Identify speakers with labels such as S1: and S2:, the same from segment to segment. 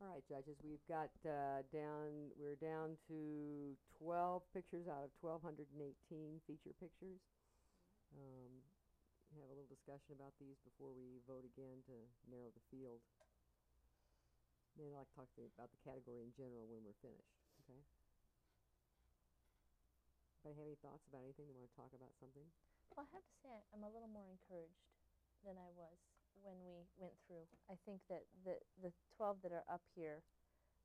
S1: right, judges, we've got, uh, down, we're down to twelve pictures out of twelve hundred and eighteen feature pictures. Um, have a little discussion about these before we vote again to narrow the field. Then I'd like to talk to you about the category in general when we're finished, okay? Anybody have any thoughts about anything? They wanna talk about something?
S2: Well, I have to say, I- I'm a little more encouraged than I was when we went through. I think that the, the 12 that are up here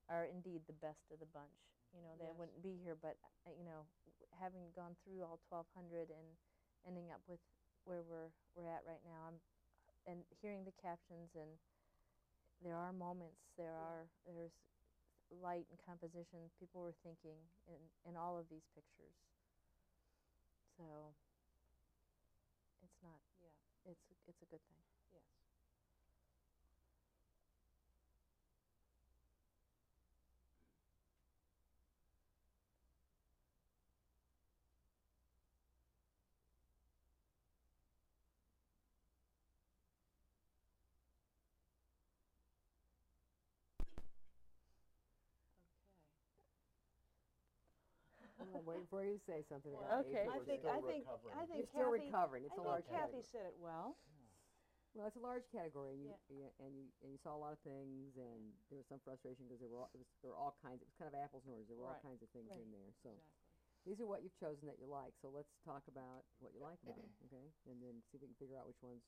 S2: are indeed the best of the bunch. You know, they
S1: Yes.
S2: wouldn't be here, but, uh, you know, w- having gone through all 1,200 and ending up with where we're, we're at right now, I'm, and hearing the captions and there are moments, there are, there's light and composition, people were thinking in, in all of these pictures. So it's not
S3: Yeah,
S2: it's it's a good thing.
S3: yes. Okay.
S1: I'm waiting for you to say something
S3: Well,
S1: about
S2: okay.
S1: April.
S3: I
S4: We're
S3: think,
S4: still
S3: I think,
S4: recovering.
S3: I
S1: You're
S4: You're
S3: think
S1: still
S3: Kathy, I
S1: recovering, it's a large
S3: think
S1: category.
S3: Kathy said it well.
S1: Well, it's a large category, and you,
S3: Yeah.
S1: yeah, and you, and you saw a lot of things, and there was some frustration because there were all, it was, there were all kinds, it was kind of apples and oranges, there were all
S3: Right.
S1: kinds of things in there, so.
S3: Exactly.
S1: These are what you've chosen that you like, so let's talk about what you like about them, okay? And then see if we can figure out which ones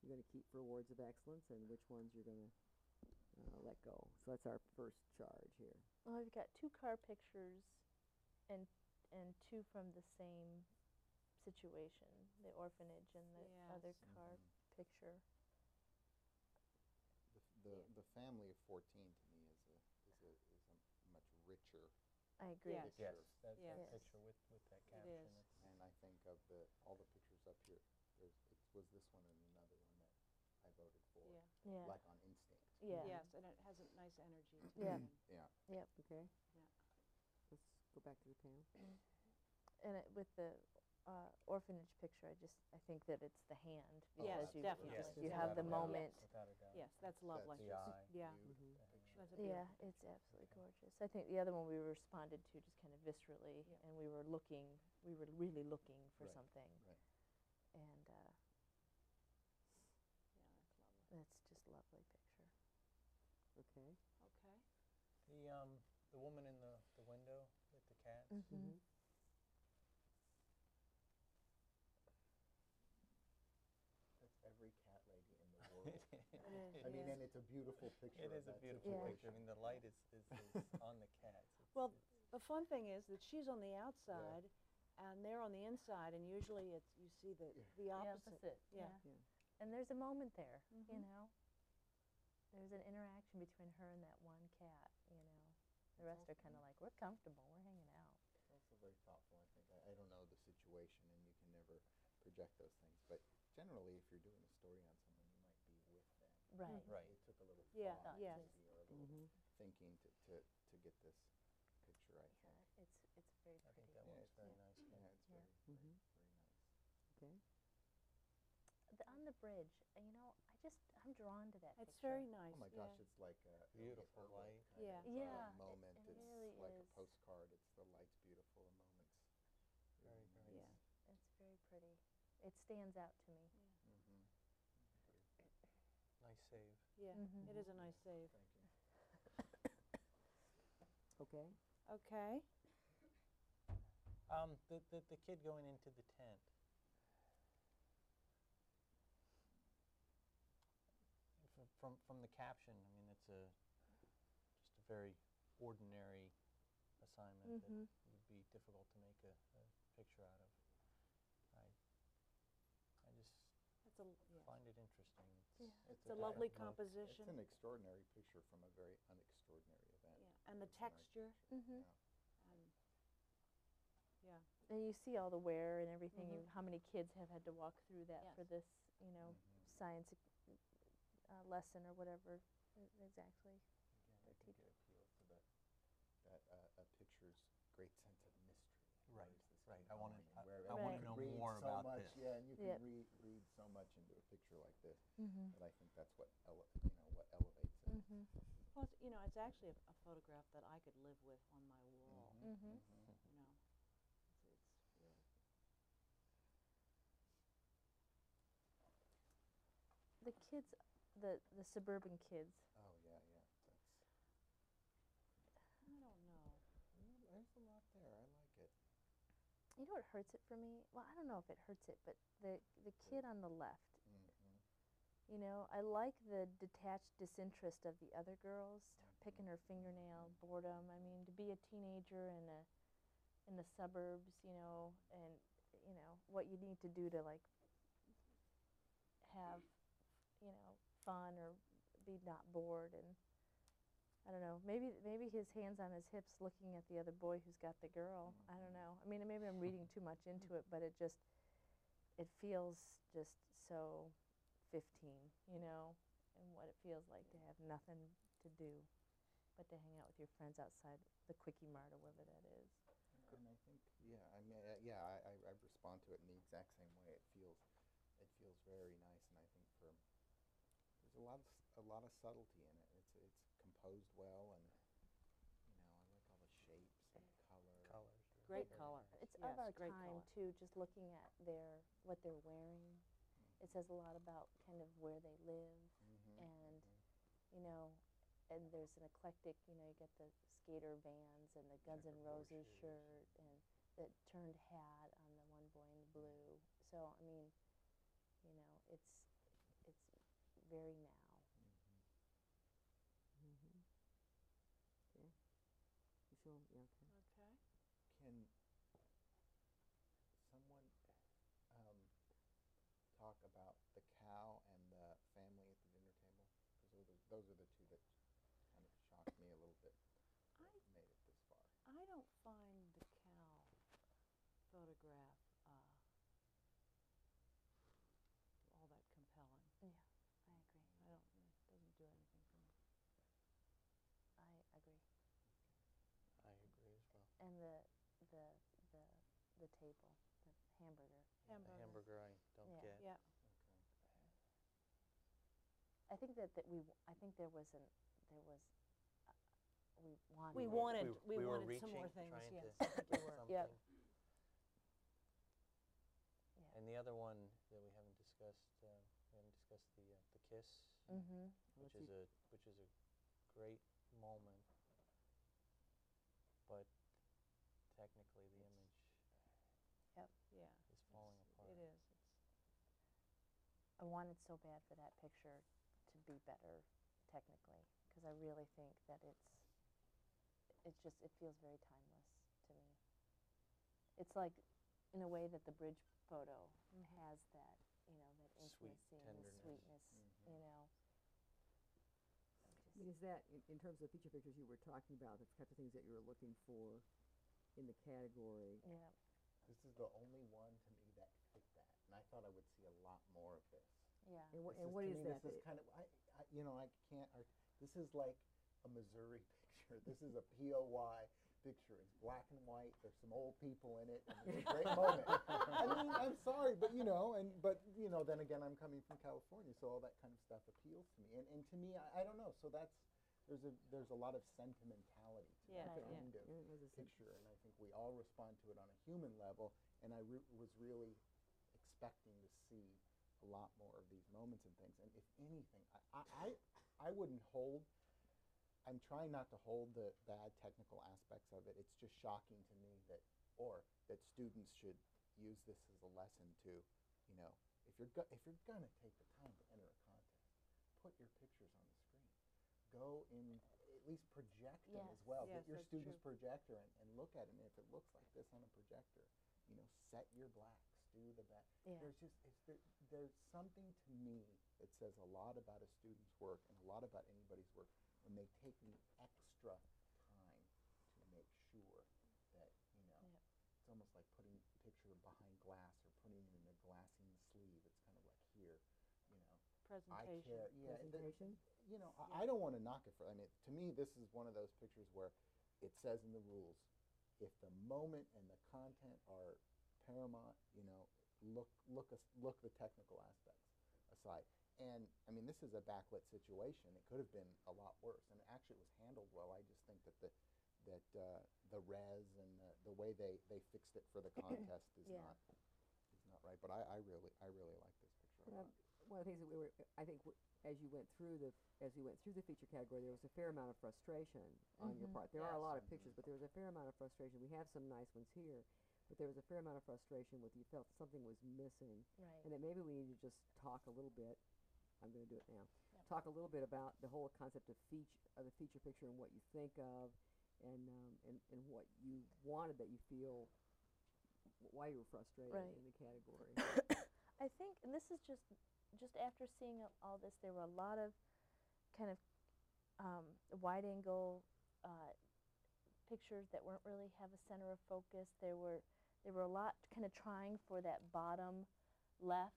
S1: you're gonna keep for awards of excellence and which ones you're gonna, uh, let go. So that's our first charge here.
S2: Well, I've got two car pictures, and and two from the same situation, the orphanage and the other
S3: Yes.
S2: car picture.
S4: The, f- the,
S3: Yeah.
S4: the family of 14 to me is a, is a, is a much richer,
S2: I agree.
S3: Yes.
S4: Sure.
S5: Yes, that,
S3: Yes.
S5: that picture with, with that caption.
S3: is.
S5: it's-
S4: and I think of the, all the pictures up here, there's, it was this one and another one that I voted for,
S3: Yeah,
S2: Yeah.
S4: like on instinct.
S2: yeah.
S3: yes, and it has a nice energy to it.
S2: Yeah.
S3: and-
S4: Yeah.
S2: Yep.
S1: Okay,
S3: Yeah.
S1: let's go back to the panel.
S2: And it, with the uh, orphanage picture, I just I think that it's the hand
S4: Oh,
S2: because you
S3: definitely.
S5: Yes,
S2: you have
S5: without
S2: the
S5: a doubt.
S2: moment.
S5: Without a doubt.
S3: Yes, that's lovely.
S4: That's
S5: The eye.
S3: Yeah.
S4: Viewed
S1: Mhm.
S2: Mm-hmm.
S4: that picture.
S3: That's a
S2: Yeah,
S3: beautiful-
S2: it's absolutely gorgeous. I think the other one we responded to just kind of viscerally,
S3: Yep.
S2: and we were looking, we were really looking for
S4: Right.
S2: something,
S4: Right.
S2: and uh,
S3: Yeah, that's lovely.
S2: that's just lovely picture.
S1: Okay.
S3: Okay.
S5: The, um, the woman in the, the window with the cats.
S3: Mm-hmm.
S2: Mhm.
S1: Mm-hmm.
S4: That's every cat lady in the world.
S2: It is,
S4: I mean,
S2: yeah.
S4: and it's a beautiful picture
S5: It
S4: of
S5: is a
S4: that
S5: beautiful
S2: Yeah.
S5: picture. I mean, the light is, is, is on the cats. It's-
S3: Well,
S5: it's-
S3: the fun thing is that she's on the outside and they're on the inside and usually it's, you see the,
S4: Yeah.
S3: the opposite. Yeah.
S1: Yeah.
S2: And there's a moment there, you
S3: Mhm.
S2: know. There's an interaction between her and that one cat, you know. The
S4: It's
S2: rest are
S4: also-
S2: kind of like, we're comfortable, we're hanging out.
S4: It's also very thoughtful, I think. I, I don't know the situation, and you can never project those things. But generally, if you're doing a story on someone, you might be with them.
S2: Right.
S5: Right.
S4: It took a little
S3: Yeah,
S4: thought,
S2: yes.
S4: maybe, or a little
S1: Mhm.
S4: thinking to, to, to get this picture,
S2: Yeah,
S4: I think.
S2: it's, it's very
S5: I
S2: pretty.
S5: think that
S4: Yeah,
S5: one's
S4: it's-
S5: very
S2: yeah.
S5: nice.
S4: Yeah,
S5: yeah.
S4: it's
S2: Yeah.
S4: very, very,
S1: Mhm.
S4: very nice.
S1: Okay,
S2: The, on the bridge, uh, you know, I just, I'm drawn to that
S3: It's
S2: picture.
S3: very nice.
S4: Oh my
S3: yeah.
S4: gosh, it's like a
S5: Beautiful light.
S3: Yeah.
S2: Yeah,
S4: Yeah.
S2: it-
S4: Moment,
S2: it
S4: it's
S2: really
S4: like
S2: is.
S4: a postcard. It's the light's beautiful, the moment's
S5: Very,
S4: really
S5: very
S4: nice.
S3: nice.
S2: It's very pretty. It stands out to me.
S3: Yeah.
S4: Mhm.
S5: Nice save.
S3: Yeah,
S2: Mhm.
S3: it is a nice save.
S4: Thank you.
S1: okay,
S3: Okay.
S5: Um, the, the, the kid going into the tent. From, from, from the caption, I mean, it's a, just a very ordinary assignment
S2: Mhm.
S3: Mm-hmm.
S5: that would be difficult to make a, a picture out of. I, I
S3: That's a,
S5: just
S3: yes.
S5: find it interesting.
S3: Yeah. It's a
S5: different
S3: lovely
S4: It's
S5: look.
S3: composition.
S4: an extraordinary picture from a very unextraordinary event.
S3: Yeah, and the
S4: It's a nice
S3: texture.
S2: Mhm.
S4: picture, yeah.
S3: And, yeah,
S2: And you see all the wear and everything.
S3: Mhm.
S2: You, how many kids have had to walk through that for
S3: Yes.
S2: this, you know,
S4: Mhm.
S2: science uh, lesson or whatever? e- Exactly.
S4: Again,
S2: Or
S4: I think
S2: teach-
S4: it appeals to that, that uh, a picture's great sense of mystery. and
S5: Right,
S4: where's this
S5: right.
S4: going
S5: I wanna-
S4: and
S5: I-
S4: where-
S5: I
S4: and you
S2: wanna
S4: can
S5: know
S4: read
S5: more
S4: so
S5: about
S4: much-
S5: this.
S4: Yeah, and you can
S2: Yep.
S4: read, read so much into a picture like this.
S2: Mm-hmm.
S4: But I think that's what ele- you know what elevates it.
S2: Mhm.
S3: Well, it's, you know, it's actually a, a photograph that I could live with on my wall,
S4: Mhm.
S2: Mm-hmm.
S4: Mhm.
S3: you know. It's, it's really
S2: The kids, the the suburban kids.
S4: Oh, yeah, yeah, that's,
S3: I don't know.
S4: mm, there's a lot there, I like it.
S2: You know what hurts it for me? Well, I don't know if it hurts it, but the the kid on the left.
S5: mm-hmm.
S4: Mhm.
S2: You know, I like the detached disinterest of the other girls, her picking her fingernail, boredom. I mean, to be a teenager in a in the suburbs, you know, and you know what you need to do to like have you know fun or be not bored and I don't know. Maybe maybe his hands on his hips, looking at the other boy who's got the girl. I don't know. I mean, maybe I'm reading too much into it, but it just it feels just so 15, you know, and what it feels like to have nothing to do but to hang out with your friends outside the quickie mart or wherever that is.
S4: And I think, yeah, I mean, uh, yeah, I, I, I respond to it in the exact same way. It feels, it feels very nice, and I think for there's a lot of s- a lot of subtlety in it. It's it's composed well, and you know, I like all the shapes and the color.
S5: Colors.
S3: Great
S4: Very
S3: color.
S4: nice.
S2: It's
S3: Yes,
S2: of our
S3: great
S2: time
S3: color.
S2: too, just looking at their what they're wearing.
S3: Mm-hmm.
S2: It says a lot about kind of where they live,
S4: Mhm,
S2: and-
S4: mhm.
S2: you
S3: mm-hmm.
S2: know, and there's an eclectic, you know, you get the skater vans and the Guns N'
S5: Checkerboard
S2: Roses
S5: shoes.
S2: shirt and the turned hat on the one boy in the
S3: Mm-hmm.
S2: blue. So I mean, you know, it's it's very now.
S1: Mm-hmm. Yeah. You sure? Yeah, okay.
S3: Okay.
S4: Can someone um, talk about the cow and the family at the dinner table? Because those are the two that kind of shocked me a little bit. that
S3: I-
S4: made it this far.
S3: I don't find the cow photograph uh, all that compelling. Mm.
S2: I agree.
S3: I don't. It doesn't do anything for me.
S2: I agree.
S5: I agree as well.
S2: And the the the the table, the hamburger.
S5: Yeah, the
S3: Hamburger.
S5: hamburger I don't
S2: Yeah.
S5: get.
S3: Yeah.
S4: Okay.
S2: I think that, that we w- I think there was an there was uh, we wanted
S3: We
S5: were-
S3: wanted.
S5: w-
S3: We,
S5: were
S3: wanted some more
S5: reaching,
S3: things.
S5: trying
S3: Yes.
S5: to
S3: I think we
S5: get
S3: were.
S2: Yep.
S5: something.
S2: Yeah.
S5: And the other one that we haven't discussed, uh, we haven't discussed the uh, the kiss,
S2: mm-hmm.
S1: Well,
S5: which
S1: let's
S5: is a which is a great moment, but technically the image
S3: Yeah.
S5: is falling
S3: it's-
S5: apart.
S3: It is. It's,
S2: I wanted so bad for that picture to be better technically because I really think that it's it's just it feels very timeless to me. It's like in a way that the bridge photo has that, you know, that
S5: Sweet
S2: intimacy and the
S5: tenderness. Mm-hmm.
S2: sweetness, you know.
S1: I mean, is that, in, in terms of feature pictures you were talking about, the type of things that you were looking for in the category,
S2: Yeah.
S4: This is the only one to me that fit that, and I thought I would see a lot more of this.
S2: Yeah.
S1: and what,
S4: This
S1: and what
S4: to
S1: is
S4: me,
S1: that?
S4: This is
S1: that-
S4: kind of, I, I, you know, I can't. Art- this is like a Missouri picture. This is a POY picture. It's black and white. There's some old people in it. And it's a great moment. I mean, I'm sorry, but you know, and but you know, then again, I'm coming from California, so all that kind of stuff appeals to me. And and to me, I, I don't know. So that's there's a there's a lot of sentimentality to
S3: Yeah,
S4: that
S2: Right.
S1: yeah,
S4: kind of
S1: yeah, it was a sen-
S4: picture, and I think we all respond to it on a human level. And I re- was really expecting to see a lot more of these moments and things. And if anything, I, I, I, I wouldn't hold. I'm trying not to hold the bad technical aspects of it. It's just shocking to me that, or that students should use this as a lesson to, you know, if you're go- if you're gonna take the time to enter a contest, put your pictures on the screen. Go in, at least project them as
S2: Yes.
S4: well.
S3: Yes,
S4: Get your
S3: that's
S4: student's projector and, and look at it. And if it looks like this on a projector, you know, set your blacks, do the best.
S2: Yeah.
S4: There's just it's there, there's something to me that says a lot about a student's work and a lot about anybody's work when they take the extra time to make sure that you know
S2: Yep.
S4: it's almost like putting a picture behind glass or putting it in a glassine sleeve. It's kind of like here, you know, I
S3: presentation.
S4: care. Yeah, and the-
S1: Presentation?
S4: you know, I, I don't want to knock it for. I mean, to me, this is one of those pictures where it says in the rules, if the moment and the content are paramount, you know, look look as- look the technical aspects aside. And I mean, this is a backlit situation. It could have been a lot worse, and actually, it was handled well. I just think that the that uh, the res and the, the way they, they fixed it for the contest is
S2: Yeah.
S4: not is not right. But I, I really I really like this picture. a
S1: Yeah.
S4: lot.
S1: One of the things that we were, I think, w- as you went through the, as you went through the feature category, there was a fair amount of frustration on your
S2: Mhm.
S1: part. There are a
S5: Yes.
S1: lot of
S4: Mhm.
S1: pictures, but there was a fair amount of frustration. We have some nice ones here, but there was a fair amount of frustration with you felt something was missing,
S2: Right.
S1: and that maybe we need to just talk a little bit. I'm going to do it now.
S3: Yep.
S1: Talk a little bit about the whole concept of feature, of the feature picture, and what you think of, and um, and and what you wanted that you feel, w- why you were frustrated
S2: Right.
S1: in the category.
S2: I think, and this is just just after seeing a- all this, there were a lot of kind of um, wide angle uh, pictures that weren't really have a center of focus. There were there were a lot kind of trying for that bottom left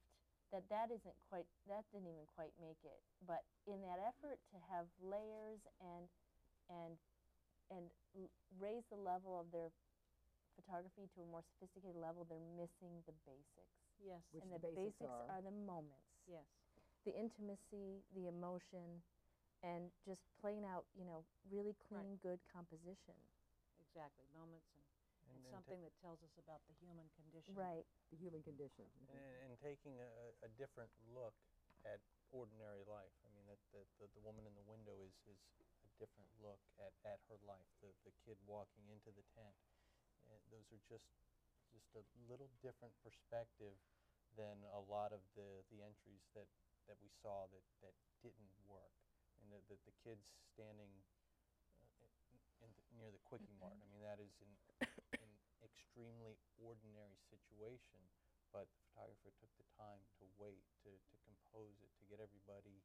S2: that that isn't quite that didn't even quite make it. But in that effort to have layers and and and l- raise the level of their photography to a more sophisticated level, they're missing the basics
S3: Yes,
S1: Which
S2: and
S1: the
S2: the
S1: basics
S2: basics,
S1: are-
S2: are. the moments,
S3: yes.
S2: the intimacy, the emotion, and just playing out, you know, really clean, good composition.
S3: Exactly, moments and,
S5: And,
S3: and
S5: and ta-
S3: something that tells us about the human condition.
S2: Right.
S1: the human condition. Mhm.
S4: Eh.
S5: and, and taking a, a different look at ordinary life. I mean, that, that the, the woman in the window is, is a different look at, at her life. The, the kid walking into the tent. Uh, those are just just a little different perspective than a lot of the, the entries that, that we saw that, that didn't work. And the, the, the kids standing uh, in the, near the quickie mart. I mean, that is an, an extremely ordinary situation but the photographer took the time to wait to, to compose it to get everybody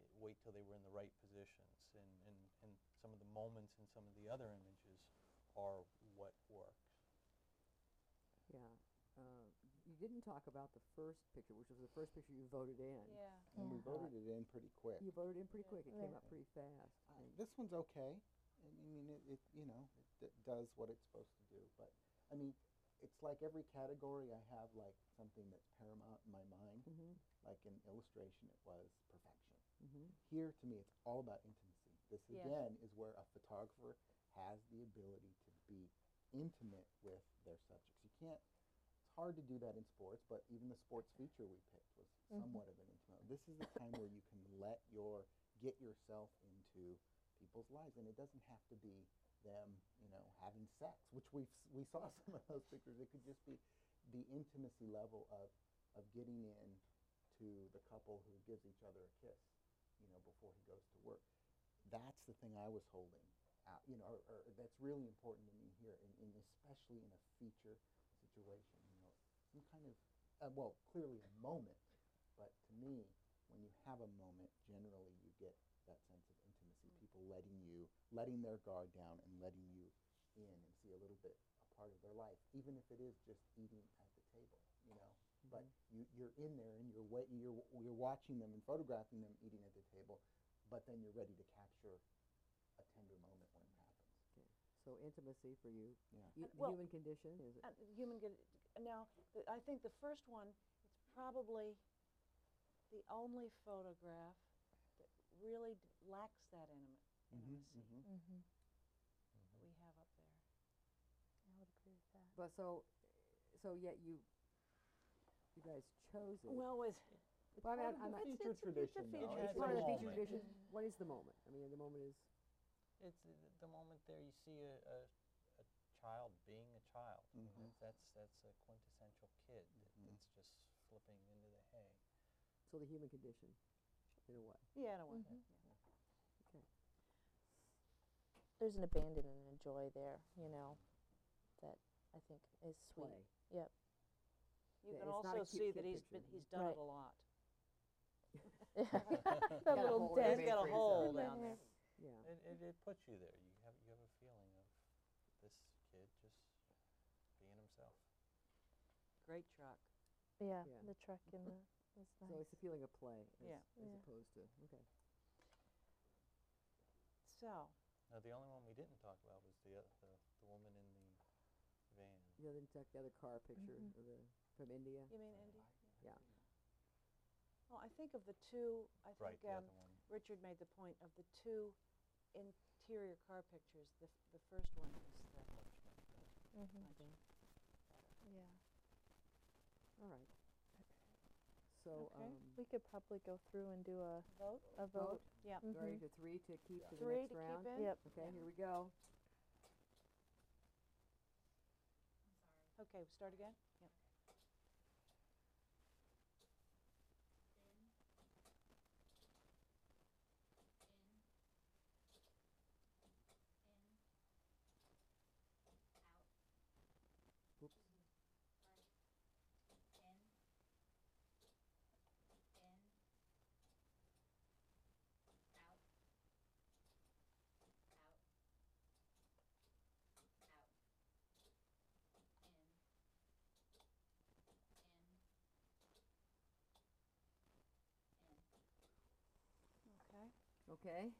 S5: uh, wait till they were in the right positions and, and, and some of the moments in some of the other images are what works
S1: Yeah. Uh, you didn't talk about the first picture, which was the first picture you voted in.
S3: Yeah.
S4: And we
S2: Yeah.
S4: voted it in pretty quick.
S1: You voted in pretty
S3: Yeah.
S1: quick. It came
S2: Yeah.
S1: up pretty fast.
S4: I-
S1: and-
S4: this one's okay. I mean, it, it you know it, d does what it's supposed to do. But I mean, it's like every category I have like something that's paramount in my mind.
S1: Mhm,
S4: Like in illustration, it was perfection.
S1: mhm.
S4: Here, to me, it's all about intimacy. This
S3: Yes.
S4: again is where a photographer has the ability to be intimate with their subjects. You can't. It's hard to do that in sports, but even the sports feature we picked was
S2: Mhm.
S4: somewhat of an intimate. This is the time where you can let your get yourself into people's lives, and it doesn't have to be them, you know, having sex, which we we saw some of those pictures. It could just be the intimacy level of of getting in to the couple who gives each other a kiss, you know, before he goes to work. That's the thing I was holding out, you know, or, or that's really important to me here, and, and especially in a feature situation, you know, some kind of, uh, well, clearly a moment, but to me, when you have a moment, generally you get that sense of intimacy, people letting you, letting their guard down and letting you in and see a little bit a part of their life, even if it is just eating at the table, you know. But you, you're in there and you're, wa- you're you're watching them and photographing them eating at the table, but then you're ready to capture a tender moment when it happens.
S1: So intimacy for you.
S4: Yeah.
S1: You-
S3: Uh, well-
S1: human condition is it?
S3: Uh, human good. Now, th- I think the first one, it's probably the only photograph that really d- lacks that intimate intimacy
S1: Mm-hmm.
S2: Mm-hmm.
S3: that we have up there.
S2: I would agree with that.
S1: But so, so yet you, you guys chose it.
S3: Well, with
S1: But I mean,
S4: part
S1: I'm-
S4: of
S1: I'm
S4: the
S1: not-
S4: feature tradition, though.
S5: feature.
S1: It's
S5: It's
S1: one of
S5: a
S1: the feature
S5: moment.
S1: traditions. What is the moment? I mean, the moment is
S5: it's the, the moment there you see a, a, a child being a child I mean,
S4: Mhm.
S5: that's, that's that's a quintessential kid that,
S4: Mhm.
S5: that's just flipping into the hay
S1: so the human condition, in a way.
S3: yeah, I don't
S2: Mm. Mm-hmm.
S3: want that.
S2: There's an abandon and a joy there, you know, that I think is sweet.
S1: Play.
S3: You
S1: Yeah,
S3: can
S1: it's not a
S3: also
S1: cute kid
S3: see that he's
S1: picture.
S3: been, he's done
S2: Right.
S3: it a lot.
S2: that
S1: Yeah,
S2: little
S1: hole in
S2: dent.
S1: the
S3: He's got a
S1: matrix.
S3: hole down there.
S1: Yeah.
S5: it, it, it puts you there you have you have a feeling of this kid just being himself
S2: Mm-hmm.
S3: Great truck.
S2: Yeah,
S1: Yeah.
S2: the truck and the. That's nice.
S1: So it's the feeling of play. As,
S3: Yeah.
S1: As
S2: Yeah.
S1: opposed to okay.
S3: So,
S5: Now, the only one we didn't talk about was the uh, the, the woman in the van.
S1: You know, then took the other car picture of
S2: Mhm.
S1: the, from India.
S3: you mean Indy?
S1: Yeah.
S3: Well, I think of the two, I
S5: Right,
S3: think
S5: the
S3: um,
S5: other one.
S3: Richard made the point of the two interior car pictures, the, f- the first one is the
S2: Mm-hmm.
S3: much
S2: Yeah.
S1: All right. So,
S3: Okay.
S1: um,
S2: We could probably go through and do a,
S3: vote.
S2: a vote.
S1: vote,
S3: Yeah.
S1: Gary
S2: Mhm.
S1: to three to keep for the
S3: Three
S1: next
S3: to keep
S1: round.
S3: in?
S2: Yep.
S1: Okay, here we go.
S3: Okay, start again? Yep.
S1: Oops.
S3: Okay.
S1: Okay.